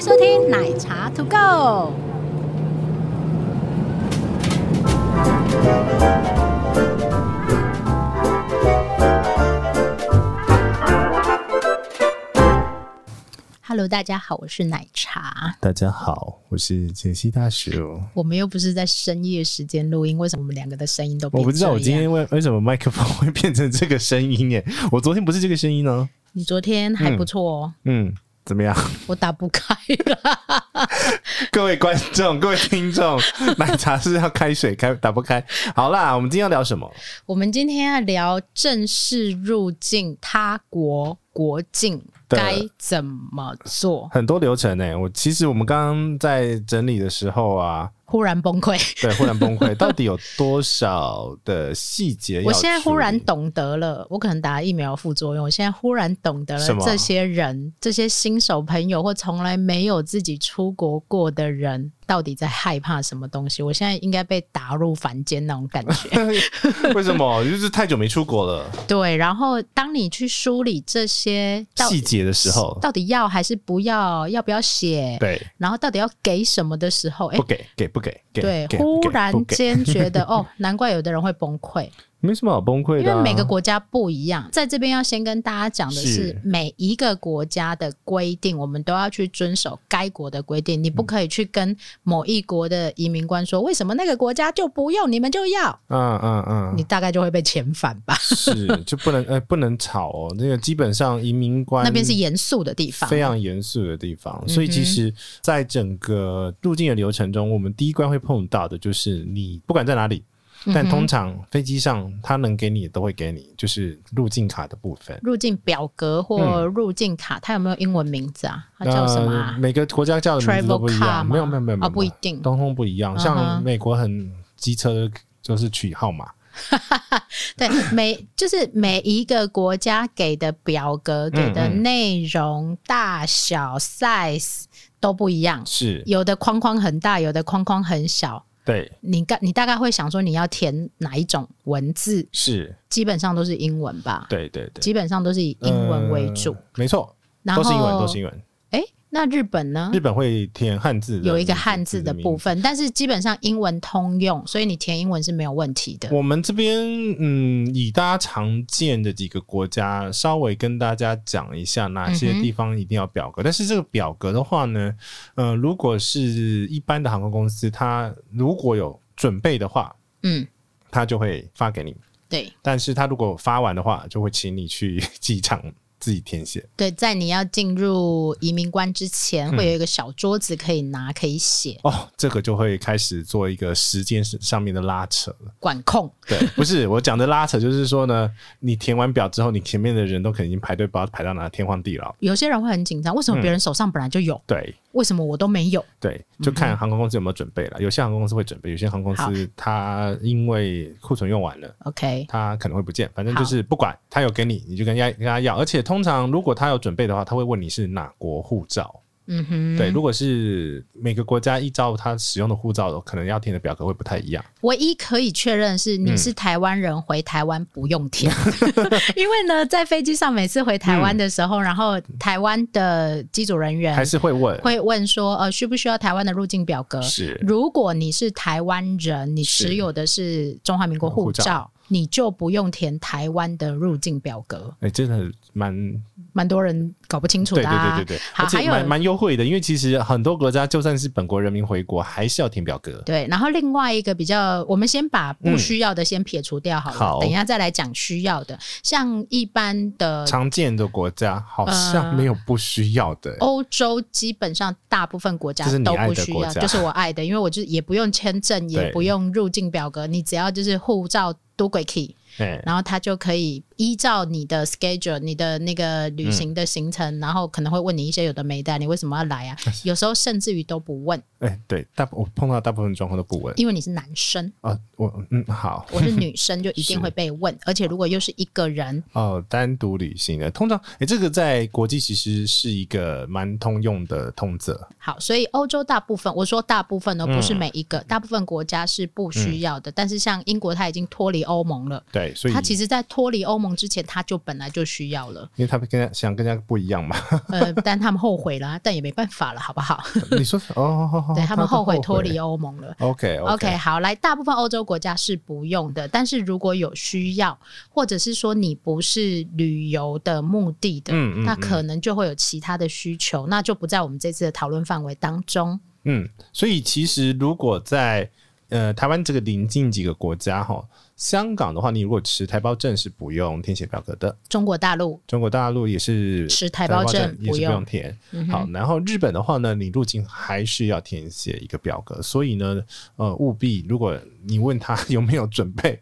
收听奶茶 To Go。Hello，大家好，我是奶茶。大家好，我是杰西大叔。我们又不是在深夜时间录音，为什么我们两个的声音都我变不知道这我今样天为为什么麦克风会变成这个声音耶？我昨天不是这个声音呢、你昨天还不错哦，嗯，怎么样？ 我打不开了。各位观众、各位听众， 奶茶是要开水开打不开？好啦，我们今天要聊什么？我们今天要聊正式入境他国国境的该怎么做，很多流程呢。我其实我们刚刚在整理的时候啊，忽然崩 溃。对，忽然崩 溃，到底有多少的细节要我现在忽然处理懂得了，我可能打了疫苗副作用，我现在忽然懂得什了么这些人、这些新手朋友或从来没有自己出国过的人，到底在害怕什么东西。我现在应该被打入凡间那种感 觉。为什么？就是太久没出国了，对，然后当你去梳理这些到细节的时候，到底要还是不要，要不要写，对，然后到底要给什么的时候，哎不。给，给不给？给对，给忽不给然不给间觉得哦， 难怪有的人会崩 溃。没什么好崩溃因的啊、为每个国家不一样，在这边要先跟大家讲的是，是每一个国家的规定，我们都要去遵守该国的规定。你不可以去跟某一国的移民官说，为什么那个国家就不用，你们就要，嗯嗯嗯，你 大概就会被遣返吧。是就不能哎、不能吵哦。那个基本上移民官那边是严肃的地方，非常严肃的地嗯方，所以其实，在整个入境的流程中，我们第一关会碰到的就是你不管在哪里，嗯但通常飞机上他能给你的都会给你，就是入境卡的部分。入境表格嗯或入境卡，它有没有英文名字啊？它叫什么呃啊？每个国家叫的名字都不一 Travel card 样，吗没有没有没有没啊有，不一定通通不一样。嗯像哼美国很机车就是取号码， 对，每就是每一个国家给的表格、给的嗯内容、大小、size 都不一样。是有的框框很大，有的框框很小。对你大你大概会想说你要填哪一种文字，是，基本上都是英文吧？对对对，基本上都是以英文为主。呃没错，然后都是英文，都是英文。哎、那日本呢日？本会填汉字的，有一个汉字的部。分，但是基本上英文通用，所以你填英文是没有问题的。我们这边，嗯，以大家常见的几个国家，稍微跟大家讲一下哪嗯些哼地方一定要表格。但是这个表格的话呢，呃，如果是一般的航空公司，它如果有准备的话，嗯，它就会发给你。对但是它如果发完的话，就会请你去机场自己填写。对，在你要进入移民关之前，嗯会有一个小桌子可以拿，可以写哦，这个就会开始做一个时间上面的拉扯了。管控。对， 不是我讲的拉扯，就是说呢，你填完表之后，你前面的人都可能已经排队，不知道排到哪天荒地老。有些人会很紧张，为嗯什么别人手上本来就有，对为什么我都没有？对，就嗯看航空公司有没有准备了。有些航空公司会准备，有些航空公司它因为库存用完了。 OK，它可能会不见，反正好就是不管他有给你，你就跟人家跟他要。而且通常如果他有准备的话，他会问你是哪国护照。嗯哼，对，如果是每个国家依照他使用的护照，可能要填的表格会不太一样。唯一可以确认的是你是台湾人，回台湾不用填，嗯因为呢，在飞机上每次回台湾的时候，然后台湾的机组人还员是会问，嗯会问说，呃，需不需要台湾的入境表格？是如果你是台湾人，你是持有的是中华民国护护照照，你就不用填台湾的入境表格。哎、真的蛮蛮多人搞不清楚的、啊，对对对对对，好，而还且有蛮蛮优惠的，因为其实很多国家就算是本国人民回国，还是要填表格。对，然后另外一个比较，我们先把不需要的先撇除掉好了，嗯好等一下再来讲需要的。像一般的常见的国家好嗯像没有不需要的、欧洲，基本上大部分国家这是你都爱不的需国要，家就是我爱的，因为我就是也不用签证，也对不用入境表格，你只要就是护照都鬼 key，哎，然后它就可以依照你的 schedule，你的那个旅行的行程，然后可能会问你一些有的没的，你为什么要 来啊？有时候甚至于都不问，哎、对，大我碰到大部分状况都不问因为你是男生。啊。我嗯好 我是女生就一定会被问，而且如果又是一个人，哦，单独旅行的通常哎、这个在国际其实是一个蛮通用的通则。好，所以欧洲大部分，我说大部分哦，不是每一个，大部嗯分国家是不需要的。但是像英国，它已经脱离欧盟了，对，所以它其实在脱离欧盟之前，他就本来就需要了。因为他们跟人家想跟人家不一样嘛。 呃，但他们后悔了，啊但也没办法了，好不好？你说哦，哦哦对他们后悔脱离哦。欧盟了。 OK OK，好，来，大部分欧洲国家是不用的，但是如果有需要，或者是说你不是旅游的目的的，嗯嗯那可能就会有其他的需求，那就不在我们这次的讨论范围当中。嗯，所以其实如果在呃台湾这个邻近几个国家哈，香港的话，你如果持台胞证是不用填写表格的，中国大陆中国大陆也是持台胞证也不是不用嗯用填。好，然后日本的话呢，你入境还是要填写一个表格，所以呢，呃，务必如果你问他有没有准备，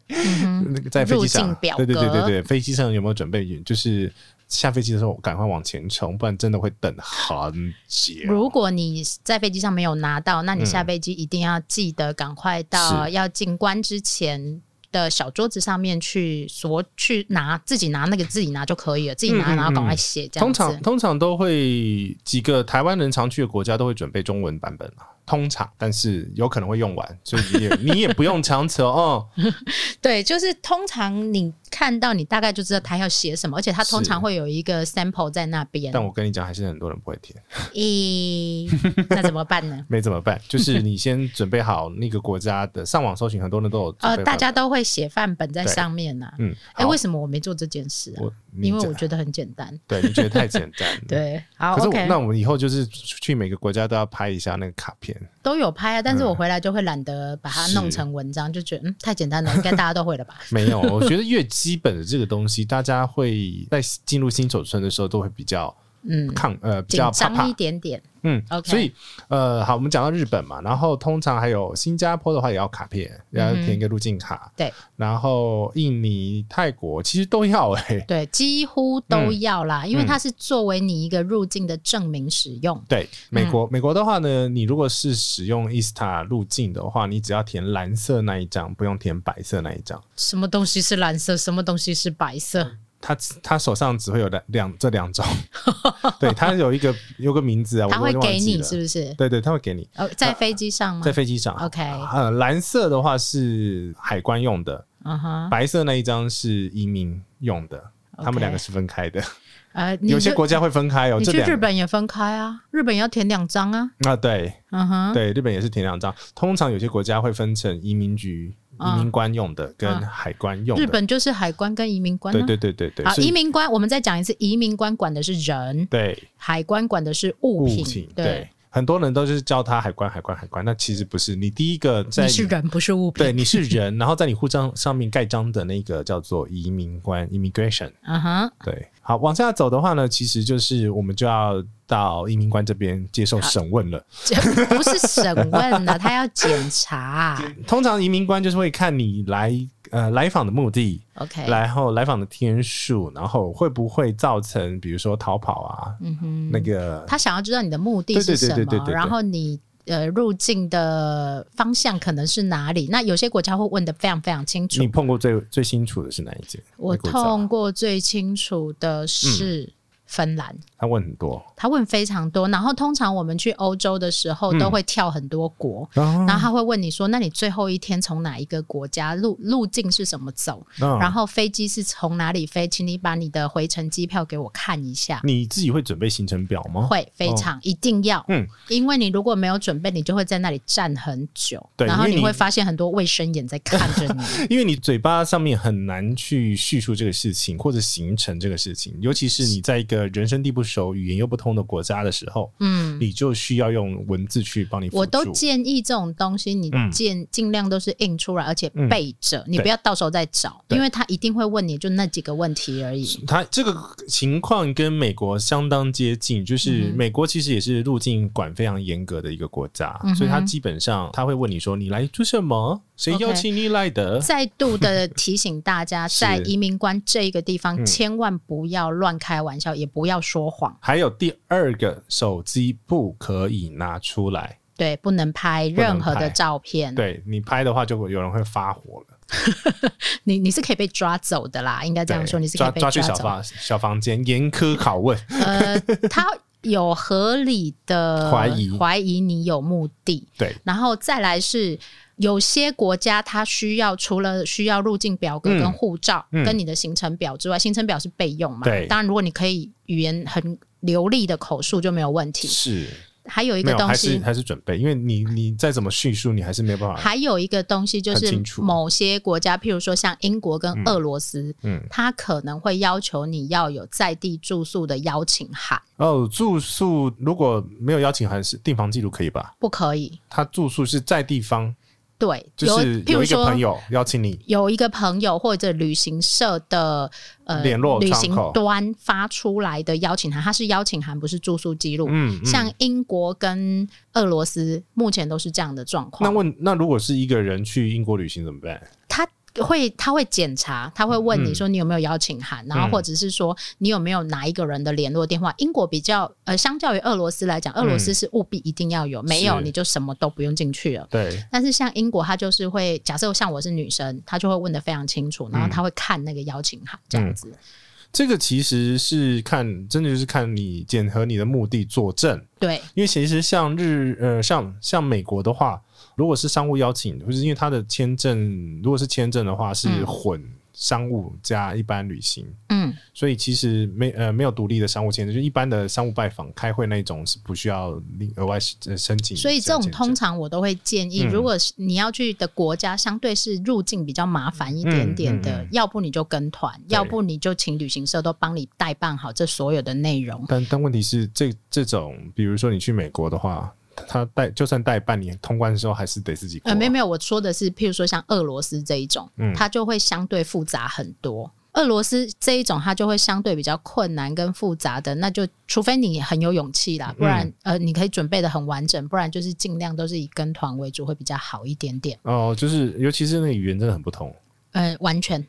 那个 在飞机嗯入上境，表格对对对对对，飞机上有没有准备，就是下飞机的时候赶快往前冲，不然真的会等很久。如果你在飞机上没有拿到，那你下飞机一定要记得赶快到要进关之前的小桌子上面去索去拿，自己拿那个自己拿就可以了，自己拿嗯嗯然后赶快写这样通子。常通常都会几个台湾人常去的国家都会准备中文版本啊，通常，但是有可能会用完，所以你也 你也不用强求哦。嗯对，就是通常你看到你大概就知道他要写什么，而且他通是常会有一个 sample 在那边但。我跟你讲，还是很多人不会填， 咦，那怎么办呢？没怎么办？就是你先准备好那个国家的上网搜寻，很多人都有 准呃备，大好家都会写范本在对上面呐、啊。嗯，哎、好为什么我没做这件事啊？我你因为讲我觉得很简单。对你觉得太简单，。 对，好可是我，OK，那我们以后就是去每个国家都要拍一下那个卡片，都有拍啊，但是嗯我回来就会懒得把它是弄成文章，就觉得嗯太简单了，应该大家都会了吧？没 有，我觉得越基本的这个东西，大家会在进入新手村的时候都会比较嗯，抗呃比紧较怕怕张一，点点。嗯 OK 所以呃，好，我们讲到日本嘛，然后通常还有新加坡的话也要卡片，然后填一个入境卡，嗯对然后印尼、泰国其实都要哎、对，几乎都嗯要啦，因为它是作为你一个入境的证明使用。 对，美国、美国的话呢，你如果是使用 ISTA 入境的话，你只要填蓝色那一张，不用填白色那一张。什么东西是蓝色，什么东西是白色？他他手上只会有两两这 两种，对他有一个有个名字啊，我它会都忘给记你了是不是？对对，他会给你哦，在飞机上吗在？飞机上。 OK 呃，蓝色的话是海关用的，嗯哼，白色那一张是移民用的，他们 OK 两个是分开的。呃，你有些就国家会分开哦，你这去两日个本也分开啊，日本也要填两张啊。啊，对嗯哼，对，日本也是填两张。通常有些国家会分成移民局、嗯移民官用的跟嗯海关用的。日本就是海关跟移民官、啊。对对对对对，好，所以移民官，我们再讲一次，移民官管的是人，对海关管的是物物品。品对，对，很多人都是叫他海关海关海关，那其实不是。你第一个在你是人不是物品。对，你是人，然后在你护照上面盖章的那个叫做移民官 （immigration）。嗯哼，对，好，往下走的话呢，其实就是我们就要到移民官这边接受审问了。这不是审问的，他要检查。 通常移民官就是会看你来呃来访的目的， OK，然后来访的天数，然后会不会造成比如说逃跑啊，嗯哼，那个他想要知道你的目的是什么，对对对对对对对然后你。呃，入境的方向可能是哪里？那有些国家会问的非常非常清楚你。碰过最最清楚的是哪一件？我那个照痛过最清楚的嗯是芬兰，他问很多，他问非常多，然后通常我们去欧洲的时嗯候都会跳很多国，然后然后他会问你说，那你最后一天从哪一个国家路路径是什么走，嗯然后飞机是从哪里飞，请你把你的回程机票给我看一下。你自己会准备行程表吗？会非常、一定要，哦嗯因为你如果没有准备，你就会在那里站很久，对然后因为你你会发现很多卫生眼在看着你。 因为你嘴巴上面很难去叙述这个事情或者形成这个事情，尤其是你在一个人生地不熟、语言又不通的国家的时候，嗯，你就需要用文字去帮你辅助。我都建议这种东西，你嗯尽尽量都是印出来，而且嗯背着，你对不要到时候再找，对因为他一定会问你就那几个问题而已。它这个情况跟美国相当接近，就是嗯美国其实也是入境管非常严格的一个国家，嗯哼所以它基本上他会问你说你来做什么，谁 OK 邀请你来的再度的提醒大 家，是嗯在移民官这一个地方，千万不要乱开玩笑，也不要说谎，还有第二个，手机不可以拿出来，对，不能拍能任何的拍照片。对你拍的话就有人会发火了。你你是可以被抓走的啦，应该这样对说，你是可以抓被抓去小走。房小房间严苛拷 问，呃， 他有合理的怀疑怀疑你有目的，对然后再来是。有些国家它需要除了需要入境表格跟护照、嗯嗯跟你的行程表之外，行程表是备用嘛？对当然，如果你可以语言很流利的口述就没有问题。是还有一个没有，东还是西，还是准备，因为你你再怎么叙述，你还是没有办法。还有一个东西就很是清楚某些国家，譬如说像英国跟俄罗斯，嗯，它可能会要求你要有在地住宿的邀请函，哦，住宿如果没有邀请函是订房记录可以吧？不可以。他住宿是在地方，对，就有是譬有如一个说朋友邀请你，有一个朋友或者旅行社的呃联络旅窗行口端发出来的邀请函，它是邀请函，不是住宿记录。嗯，嗯像英国跟俄罗斯目前都是这样的状那况。问那如果是一个人去英国旅行怎么办？他会他会检查，他会问嗯你说你有没有邀请函，然后或者是说你有没有哪一个人的联络电话。英国比较呃，相较于俄罗斯来讲，俄罗斯是务必一定要有，没有嗯是你就什么都不用进去了。对，但是像英国，他就是会假设像我是女生，他就会问的非常清楚，然后他会看那个邀请函这样子。嗯这个其实是看，真的就是看你检核你的目的作证。对，因为其实像日呃，像像美国的话，如果是商务邀请，就是因为它的签证，如果是签证的话是嗯混商务加一般旅行，嗯，所以其实没呃没有独立的商务签证，就一般的商务拜访、开会那种是不需要另额外呃申请。所以这种通常我都会建议，嗯如果是你要去的国家相对是入境比较麻烦一点点的，嗯嗯嗯要不你就跟团，对要不你就请旅行社都帮你代办好这所有的内容。但但问题是，这这种比如说你去美国的话，他代就算代办，你通关的时候还是得自己过啊、呃，没有没有，我说的是，譬如说像俄罗斯这一种，嗯它就会相对复杂很多。俄罗斯这一种，它就会相对比较困难跟复杂的，那就除非你很有勇气嗯啦，不然、呃，你可以准备的很完整，不然就是尽量都是以跟团为主，会比较好一点点。哦，就是尤其是那个语言真的很不同，呃，完全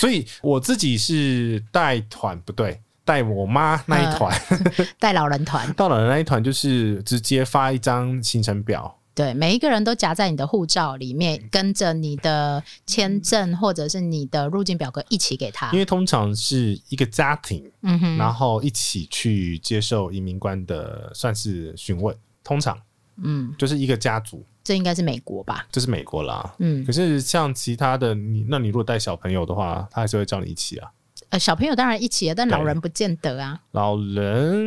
所以我自己是带团不对，带我妈那嗯一团、 带老人团，到了那一团，就是直接发一张行程表，对，每一个人都夹在你的护照里面，跟着你的签证或者是你的入境表格一起给他因。为通常是一个家庭，啊嗯哼，然后一起去接受移民官的算是询问，通常嗯，就是一个家族，这应该是美国吧？这、是美国啦。嗯，可是像其他的，你那你如果带小朋友的话，他还是会叫你一起啊。呃，小朋友当然一起了，但老对人不见得啊。老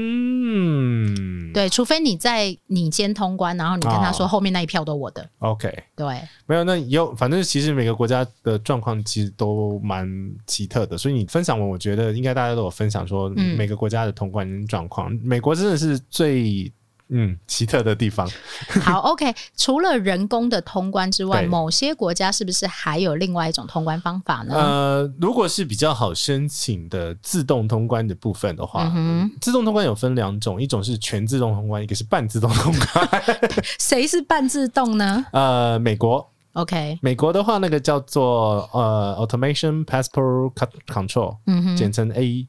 人，对，除非你在你先通关，然后你跟他说嗯哦后面那一票都我的。 ，OK，对，没有，那也有，反正其实每个国家的状况其实都蛮奇特的，所以你分享完，我觉得应该大家都有分享说嗯每个国家的通关状况，美国真的是最嗯奇特的地方，好，OK。除 了人工的通关之外，对某些国家是不是还有另外一种通关方法呢？呃，如果是比较好申请的自动通关的部分的话嗯，哼，自动通关有分两种，一种是全自动通关，一个是半自动通关。 谁是半自动呢呃，美国， ？OK，美国的话，那个叫做呃 Automation Passport Control，嗯 哼简称 APC。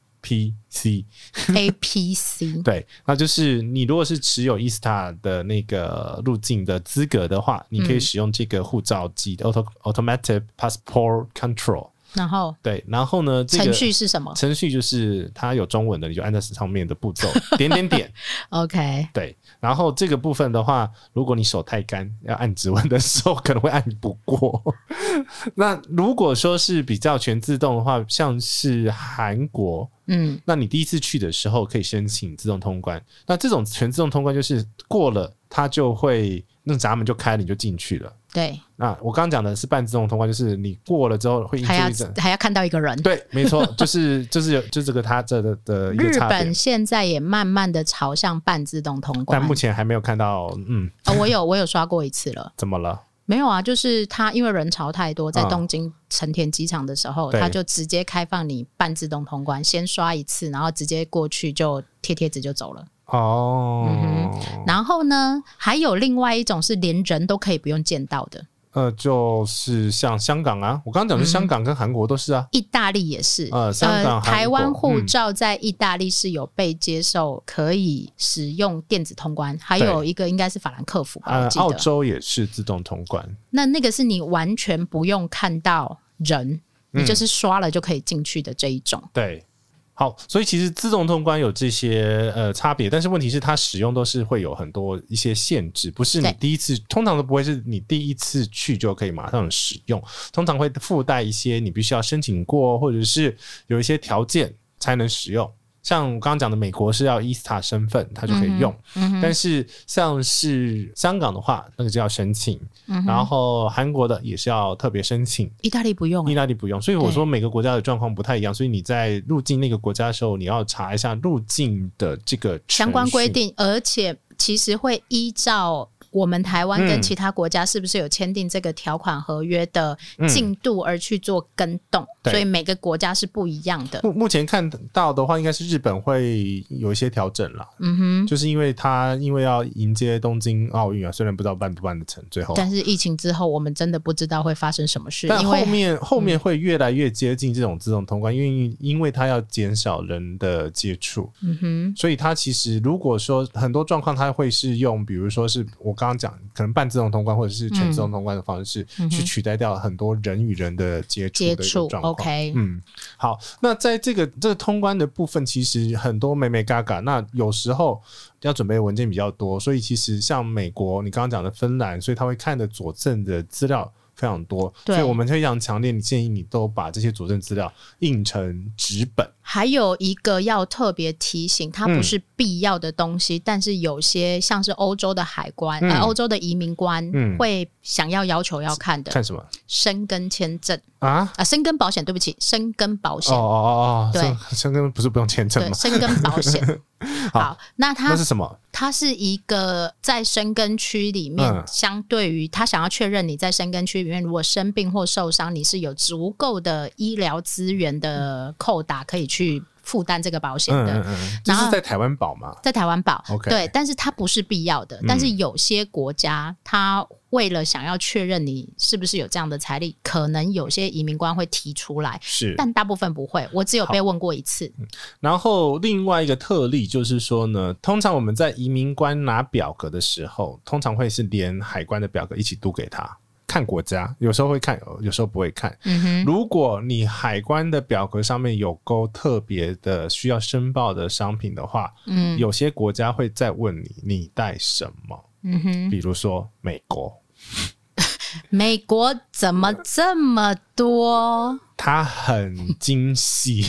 ，APC。对，那就是你如果是持有 E ESTA 的那个入境的资格的话，你嗯可以使用这个护照机 Auto Automatic Passport Control。然后对，然后呢，这个程序是什么程序就是它有中文的，你就按照上面的步骤点点点。 ？OK，对，然后这个部分的话，如果你手太干，要按指纹的时候可能会按不过。 那如果说是比较全自动的话，像是韩国，嗯。那你第一次去的时候可以申请自动通关。那这种全自动通关就是过了，它就会那闸门就开了，你就进去了。对，那我刚刚讲的是半自动通关，就是你过了之后会印出还要一整。还要看到一个人。对，没错，就是就是有就这个它这的的一个日差别本，现在也慢慢的朝向半自动通关但。目前还没有看到，嗯，呃我有我有刷过一次了，怎么了？没有啊，就是他因为人潮太多，在嗯东京成田机场的时候，对他就直接开放你半自动通关，先刷一次，然后直接过去就贴贴纸就走了。哦，嗯然后呢，还有另外一种是连人都可以不用见到的，呃，就是像香港啊，我刚刚讲嗯的是香港跟韩国都是啊，意大利也是，呃香港韩国台湾护嗯照在意大利是有被接受可以使用电子通关，还对有一个应该是法兰克福吧，呃我，记澳得。洲也是自动通关，那那个是你完全嗯不用看到人，你就是刷了就可以进去的这一种。对。好，所以其实自动通关有这些呃差别，但是问题是它使用都是会有很多一些限制，不是你对第一次，通常都不会是你第一次去就可以马上使用，通常会附带一些你必须要申请过，或者是有一些条件才能使用。像我刚刚讲的，美国是要 E ESTA 身份，它就可以用。嗯哼，但是像是香港的话，那个就要申请；嗯哼，然后韩国的也是要特别申请，意大利不用、意欸，大利不用，所以我说每个国家的状况不太一样，所以你在入境那个国家的时候，你要查一下入境的这个程序相关规。定，而且其实会依照。我们台湾跟嗯其他国家是不是有签订这个条款合约的进度而去做跟动？嗯对所以每个国家是不一样的。目目前看到的话，应该是日本会有一些调整啦，嗯哼，就是因为它因为要迎接东京奥运啊，虽然不知道办不办得成，最后。但是疫情之后，我们真的不知道会发生什么事，但因后为嗯面后面会越来越接近这种自动通关，因为因为它要减少人的接触，嗯哼，所以它其实如果说很多状况，它会是用，比如说是我刚刚讲，可能半自动通关或者是全自动通关的方式，嗯去哼取代掉很多人与人的接触的接一个触状况。 ，OK，嗯，好，那在这个这个通关的部分，其实很多美美嘎嘎。那有时候要准备的文件比较多，所以其实像美国，你刚刚讲的芬兰，所以他会看的佐证的资料非常多，对所以我们非常强烈你建议你都把这些佐证资料印成纸本。还有一个要特别提醒，它嗯不是必要的东西，但是有些像是欧洲的海关、嗯呃，欧洲的移民官、嗯会想要要求要看的看什么生根签证啊？啊、生根保险，对不起，生根保哦险，哦哦哦，对生生根不是不用签证对，吗？生根保险。 好好，那它那是什么？它是一个在生根区里面，嗯相对于他想要确认你在生根区里面，如果生病或受伤，你是有足够的医疗资源的扣打可以去负担这个保险嗯的。嗯嗯，这然后是在台湾保嘛？在台湾保 OK 嗯对，但是它不是必要的。但是有些国家，它为了想要确认你是不是有这样的财力，可能有些移民官会提出来，是。但大部分不会。我只有被问过一次，然后另外一个特例就是说呢，通常我们在移民官拿表格的时候，通常会是连海关的表格一起读给他看国家，有时候会看，有有时候不会看。嗯哼，如果你海关的表格上面有勾特别的需要申报的商品的话，嗯有些国家会再问你你带什么，嗯哼，比如说美国，美国怎么这么多？它很精 细。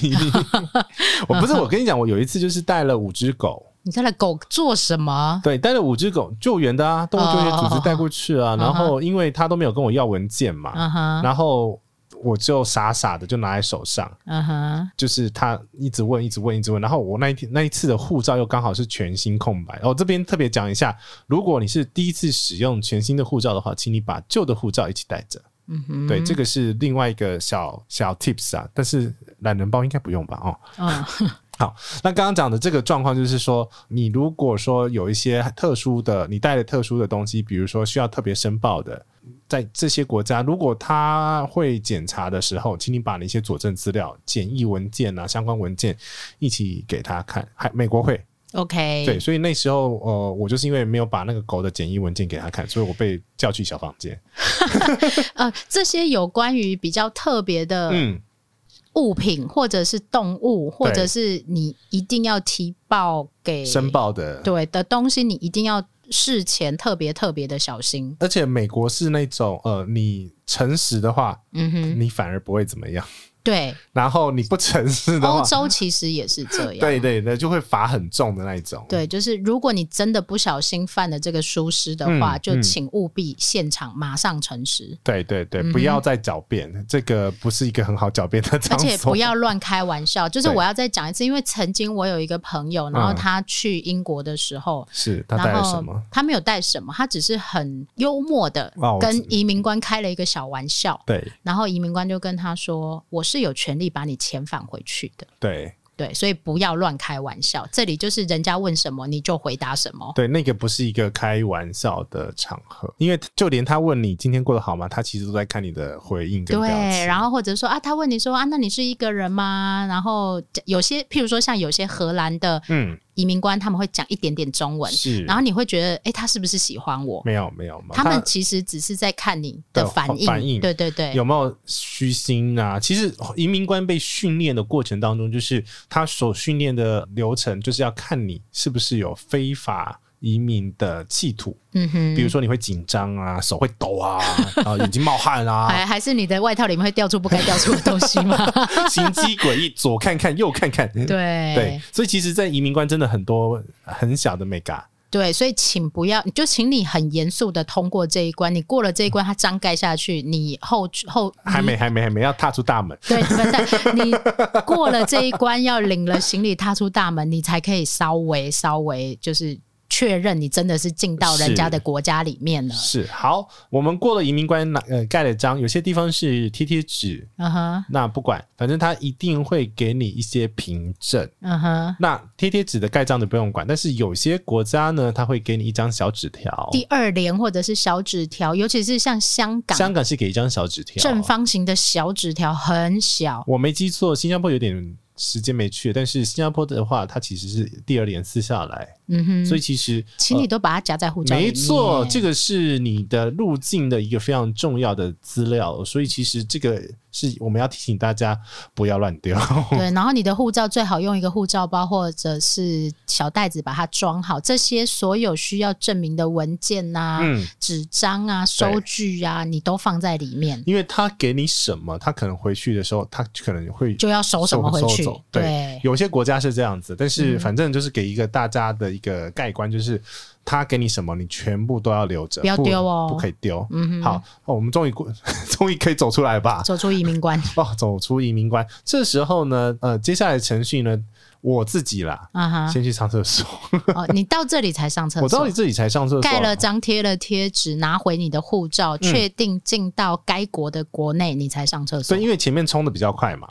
我不是我跟你讲，我有一次就是带了五只狗，你家的狗做什么？对，带了五只狗救援的啊，动物救援组织带过去啊。哦然后因为他都没有跟我要文件嘛，嗯哼，然后我就傻傻的就拿在手上，嗯哼，就是他一直问，一直问，一直问。然后我那一天那一次的护照又刚好是全新空白。哦，这边特别讲一下，如果你是第一次使用全新的护照的话，请你把旧的护照一起带着。嗯哼，对，这个是另外一个小小 tips 啊，但是懒人包应该不用吧？哦，嗯，好，那刚刚讲的这个状况就是说，你如果说有一些特殊的，你带了特殊的东西，比如说需要特别申报的，在这些国家，如果他会检查的时候，请你把那些佐证资料、简易文件啊、相关文件一起给他看。还美国会 OK，对，所以那时候呃，我就是因为没有把那个狗的简易文件给他看，所以我被叫去小房间。呃，这些有关于比较特别的，嗯，物品或者是动物，或者是你一定要提报给嗯申报的对的东西，你一定要事前特别特别的小心。而且美国是那种呃，你诚实的话，嗯哼，你反而不会怎么样；对，然后你不诚实的欧话，洲其实也是这样。对对对，就会罚很重的那一种。对就是如果你真的不小心犯了这个疏失的话，嗯就嗯请务必现场马上诚实，对对对，不要再狡辩，这个不是一个很好狡辩的嗯而场所。且不要乱开玩笑。就是对我要再讲一次，因为曾经我有一个朋友，然后他去英国的时候，是他带然了后什么？他没有带什么，他只是很幽默的哦我知跟移民官开了一个小玩笑，对然后移民官就跟他说：“我是有权利把你遣返回去的。”对对，所以不要乱开玩笑。这里就是人家问什么你就回答什么。对，那个不是一个开玩笑的场合，因为就连他问你今天过得好吗，他其实都在看你的回应跟表对，情。然后或者说啊，他问你说啊，那你是一个人吗？然后有些，譬如说像有些荷兰的嗯，移民官他们会讲一点点中文，是，然后你会觉得，哎、他是不是喜欢我？没有没有，他们其实只是在看你的的反应，反应对对对，有没有虚心啊？其实移民官被训练的过程当中，就是他所训练的流程，就是要看你是不是有非法移民的企图。嗯哼，比如说你会紧张啊，手会抖啊，然后眼睛冒汗啊，还还是你的外套里面会掉出不该掉出的东西 吗？心机诡异，左看看右看看。对对，所以其实，在移民官真的很多很小的美嘎。对所以请不要，就请你很严肃的通过这一关。你过了这一关，它张盖下去，你后后还没，还没，还没，要踏出大门。对，你们但你过了这一关，要领了行李踏出大门，你才可以稍微稍微就是确认你真的是进到人家的国家里面了。是好，我们过了移民官，拿呃盖了章，有些地方是贴贴纸，嗯哼，那不管，反正他一定会给你一些凭证。嗯哼。那贴贴纸的盖章的不用管，但是有些国家呢，他会给你一张小纸条。第二联或者是小纸条，尤其是像香港香港是给一张小纸条，正方形的小纸条很小，我没记错，新加坡有点时间没去，但是新加坡的话，它其实是第二年撕下来，嗯哼，所以其实请你都把它夹在护照里呃没面。错，这个是你的入境的一个非常重要的资料，所以其实这个是我们要提醒大家不要乱丢。 对，然后你的护照最好用一个护照包或者是小袋子把它装好，这些所有需要证明的文件呐、嗯，纸张啊、收据啊，你都放在里面，因为他给你什么，他可能回去的时候，他可能会就要收什么回去收走。对对，有些国家是这样子，但是嗯反正就是给一个大家的一个盖棺，就是他给你什么，你全部都要留着，不要丢哦不可以丢。嗯哼，好，哦我们终于过， 终于可以走出来吧？走出移民 关哦，走出移民关。这时候呢，呃，接下来程序呢，我自己啦，啊哈，先去上厕所。哦，你到这里才上厕我到所底。自己才上厕所，啊盖了章，贴了贴纸，拿回你的护照，确定进到该国的国内，你才上厕所嗯对，。因为前面冲的比较 快嘛。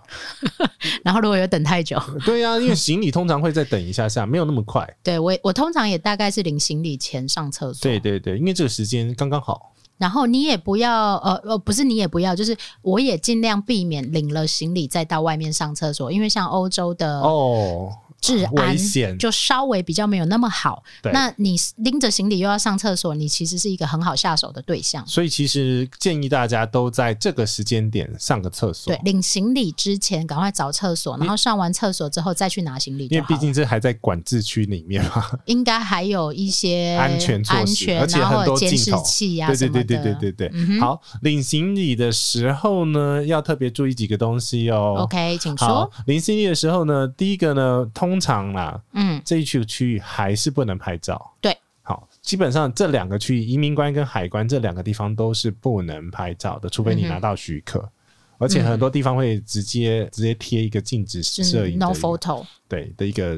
然后如果有等太久，对呀、因为行李通常会再等一下下，没有那么快。对我我通常也大概是领行李前上厕所。对对对，因为这个时间刚刚好。然后你也不要，呃呃，不是你也不要，就是我也尽量避免领了行李再到外面上厕所，因为像欧洲的哦，治危安险就稍微比较没有那么好。对那你拎着行李又要上厕所，你其实是一个很好下手的对象。所以其实建议大家都在这个时间点上个厕所对，，领行李之前赶快找厕所，然后上完厕所之后再去拿行李因就为好毕了。竟这还在管制区里面嘛，应该还有一些安全措施安全而且然后很多监视镜头器呀、对什对么的。对对对对对。嗯哼好，领行李的时候呢，要特别注意几个东西哦。 OK，请好说。，领行李的时候呢，第一个呢，通常啦，嗯，这一区区域还是不能拍照。对，好，基本上这两个区域，移民关跟海关这两个地方都是不能拍照的，除非你嗯哼拿到许可。而且很多地方会直接、直接贴一个禁止就摄是影的 no 一个 photo。对的一个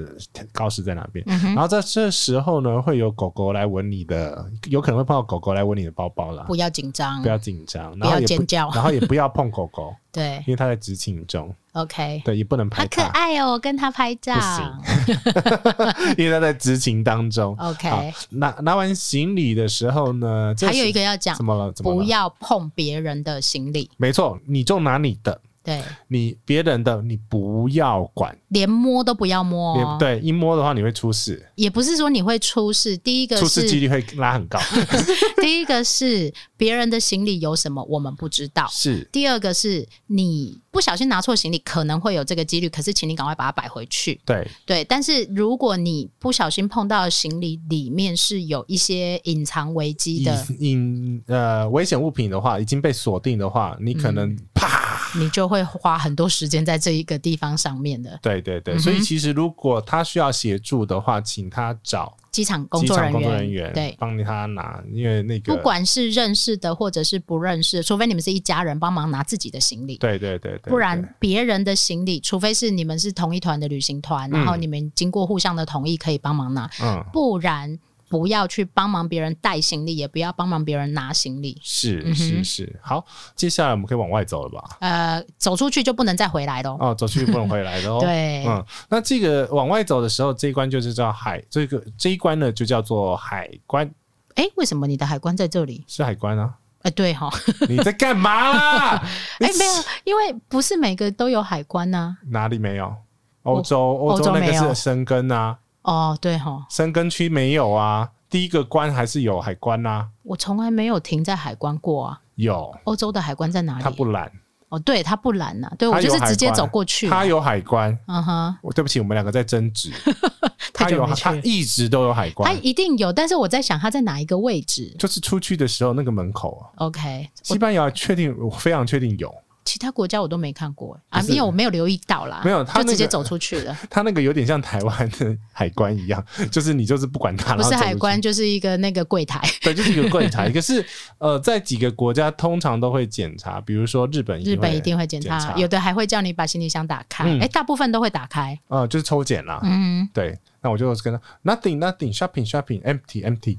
告示在那边。嗯哼然，后在这时候呢，会有狗狗来闻你的，有可能会碰到狗狗来闻你的包包啦。不要紧张，不要紧张，不然后要也尖叫然后也不要碰狗狗， 对因为它在执勤中， ，OK，对，也不能拍好可它，爱哦，我跟他拍照不行因为它在执勤当中。哦好，OK。拿拿完行李的时候呢，这还有时一个要讲怎，么了？怎么了？不，要碰别人的行李，没错，你就拿你的，对，你别人的你不要管，连摸都不要摸你哦。对一摸的话你会出事，也不是说你会出事，第一个出事是几率会拉很高。 第一个是别人的行李有什么我们不知道。是，第二个是你不小心拿错行李，可能会有这个几率，可是请你赶快把它摆回去。对，对，但是如果你不小心碰到的行李里面是有一些隐藏危机的，引引呃危险物品的话，已经被锁定的话，你可能嗯啪，你就会花很多时间在这一个地方上面的对对对，嗯哼所以其实如果他需要协助的话，请他找机场工机作场人工员，作人员对。帮他拿，因为那个不管是认识的或者是不认识，除非你们是一家人，帮忙拿自己的行李，对对对对，对不然别人的行李，除非是你们是同一团的旅行团，然后你们经过互相的同意可以帮忙拿，嗯不然不要去帮忙别人带行李，也不要帮忙别人拿行李。是嗯是哼是，好，接下来我们可以往外走了吧？呃，走出去就不能再回来喽。哦，走出去不能回来的哦。 对，嗯，那这个往外走的时候，这一关就是叫海，这个这一关呢就叫做海关，哎、为什么你的海关在这里？是海关啊？哎、对哈，你在干嘛啦？ 哎、没有，因为不是每个都有海关呐、啊哪里没有？欧洲，欧欧洲洲那没有个是生根啊，哦，对哈，深根区没有啊，第一个关还是有海关啊，我从来没有停在海关过啊。有，欧洲的海关在哪里？他不懒，哦，对他不拦呐、对它我就有是海直接关走过去、他有海关。嗯哼，我对不起，我们两个在争执。 太他久有，没去哎他了。一直都有海他关，一定有，但是我在想他在哪一个位置就是出去的时候那个门口啊。 ？OK，西班牙确定，我非常确定有。其他国家我都没看过、欸、啊，不是因为我没有留意到啦，没有他就那直接个走出去了，他那个有点像台湾的海关一样， 就是你就是不管他，不然后是走出去海关，就是一个那个柜台。对，就是一个 柜台。可是呃，在几个国家通常都会检查，比如说日本，日本一定会检查，查，有的还会叫你把行李箱打开，哎、嗯大部分都会打开。呃，就是抽检啦。嗯，对，那我就跟他 nothing nothing shopping shopping empty empty。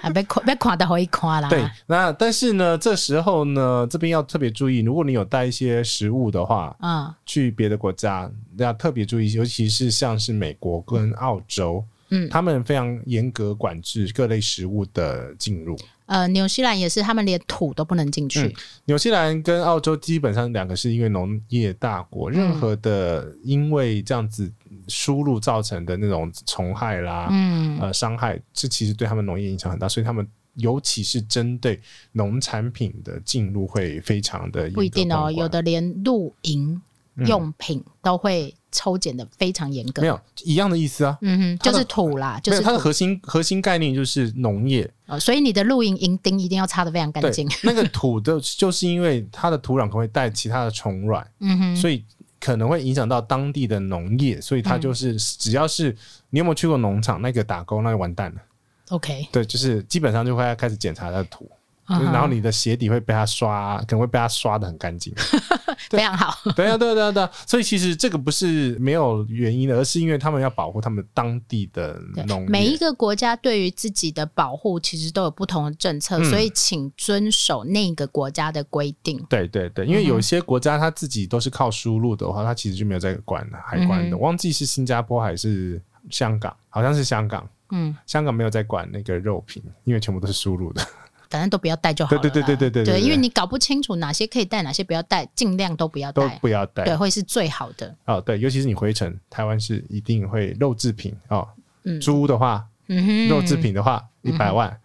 还嗯啊被垮被垮的回垮啦。对，那但是呢，这时候呢，这边要特别注意，如果你有带一些食物的话，嗯去别的国家要特别注意，尤其是像是美国跟澳洲，嗯他们非常严格管制各类食物的进入。呃，纽西兰也是，他们连土都不能进去。纽西兰跟澳洲基本上两个是因为农业大国，任何的因为这样子输入造成的那种虫害啦、嗯呃伤害，这其实对他们农业影响很大，所以他们。尤其是针对农产品的进入会非常的严格不一定控哦，管有的连露营用品都会抽检的非常严格。嗯没有一样的意思啊，嗯哼，它就的是土啦，就没是有它的土、核心核心概念就是农业，呃所以你的露营营钉一定要擦的非常干对净。那个土的，就是因为它的土壤可能会带其他的虫 卵，嗯哼，所以可能会影响到当地的农业，所以它就是、只要是你有没有去过农场那个打工，那就完蛋了。 OK，对，就是基本上就会开始检查它的土，就是嗯哼然后你的鞋底会被它刷，可能会被它刷的很干净。 非常好。 对啊，对啊，对啊，对啊。所以其实这个不是没有原因的，而是因为他们要保护他们当地的对农业。 每一个国家对于自己的保护其实都有不同的政策，嗯所以请遵守那个国家的规定。对对对，嗯因为有些国家它自己都是靠输入的话，它其实就没有在管海关嗯的。哼忘记是新加坡还是香港，好像是香港。嗯，香港没有在管那个肉品，因为全部都是输入的。反正都不要带就好了啦。对对对对对对对对，对因为你搞不清楚哪些可以带，哪些不要带，尽量都不要都带，不要带对，会是最好的。哦，对，尤其是你回程，台湾是一定会肉制品哦，嗯猪的话，嗯哼，肉制品的话一百、0万，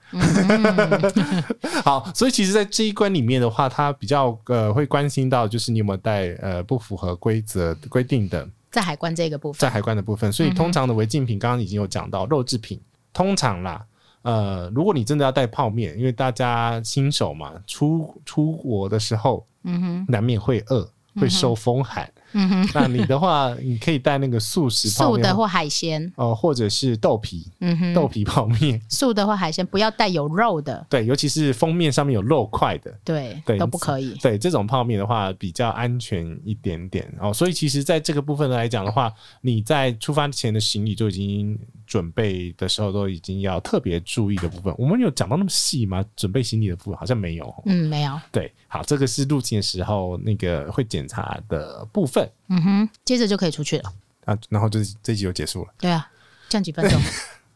好，所以其实在这一关里面的话，它比较呃会关心到就是你有没有带呃不符合规则规定的在海关这个部分，在海关的部嗯分，所以通常的违禁品刚刚已经有讲到，肉制品通常啦，呃，如果你真的要带泡面，因为大家新手嘛，出出国的时候嗯哼，难免会饿，会受风寒。嗯哼，那你的话，你可以带那个素食泡素面，的或海鲜，呃，或者是豆皮、嗯哼，豆皮泡面，素的或海鲜不要带有肉的，对，尤其是封面上面有肉块的，对，对都不可以。对这种泡面的话比较安全一点点哦，所以其实在这个部分来讲的话，你在出发前的行李就已经准备的时候都已经要特别注意的部分。我们有讲到那么细吗？准备行李的部分好像没有哦。嗯，没有。对，好，这个是入境的时候那个会检查的部分嗯哼，接着就可以出去了。啊，然后就是这一集就结束了。对啊，这样几 分钟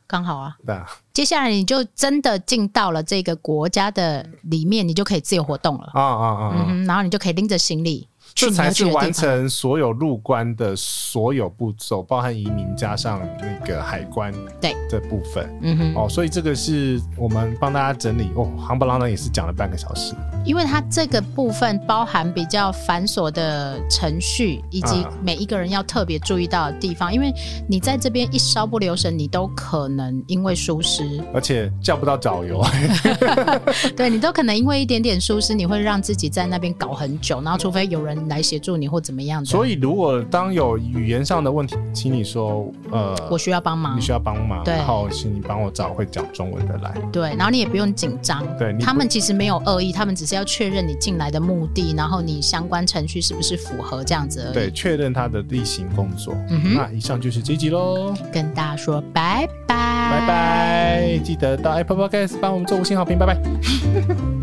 刚好啊。那接下来你就真的进到了这个国家的里面，你就可以自由活动了。啊啊啊嗯啊！哼，然后你就可以拎着行李去这你才要是去的地完方。成所有入关的所有步骤，包含移民加上那个海关对的部分。嗯哼，哦，所以这个是我们帮大家整理哦，夯不啷当也是讲了半个小时，因为它这个部分包含比较繁琐的程序，以及啊每一个人要特别注意到的地方。因为你在这边一稍不留神，你都可能因为疏失，而且叫不到导游，对你都可能因为一点点疏失，你会让自己在那边搞很久。然后，除非有人来协助你或怎么样的，所以如果当有语言上的问题，请你说，呃，我需要帮忙你。需要帮忙，对然后请你帮我找会讲中文的来。对，然后你也不用紧张。对你不他们其实没有恶意，他们只是要确认你进来的目的，然后你相关程序是不是符合这样子而已。对，确认他的例行工作。嗯哼那以上就是这一集喽，跟大家说拜拜，拜拜拜！记得到 Apple Podcast 帮我们做五星好评，拜拜。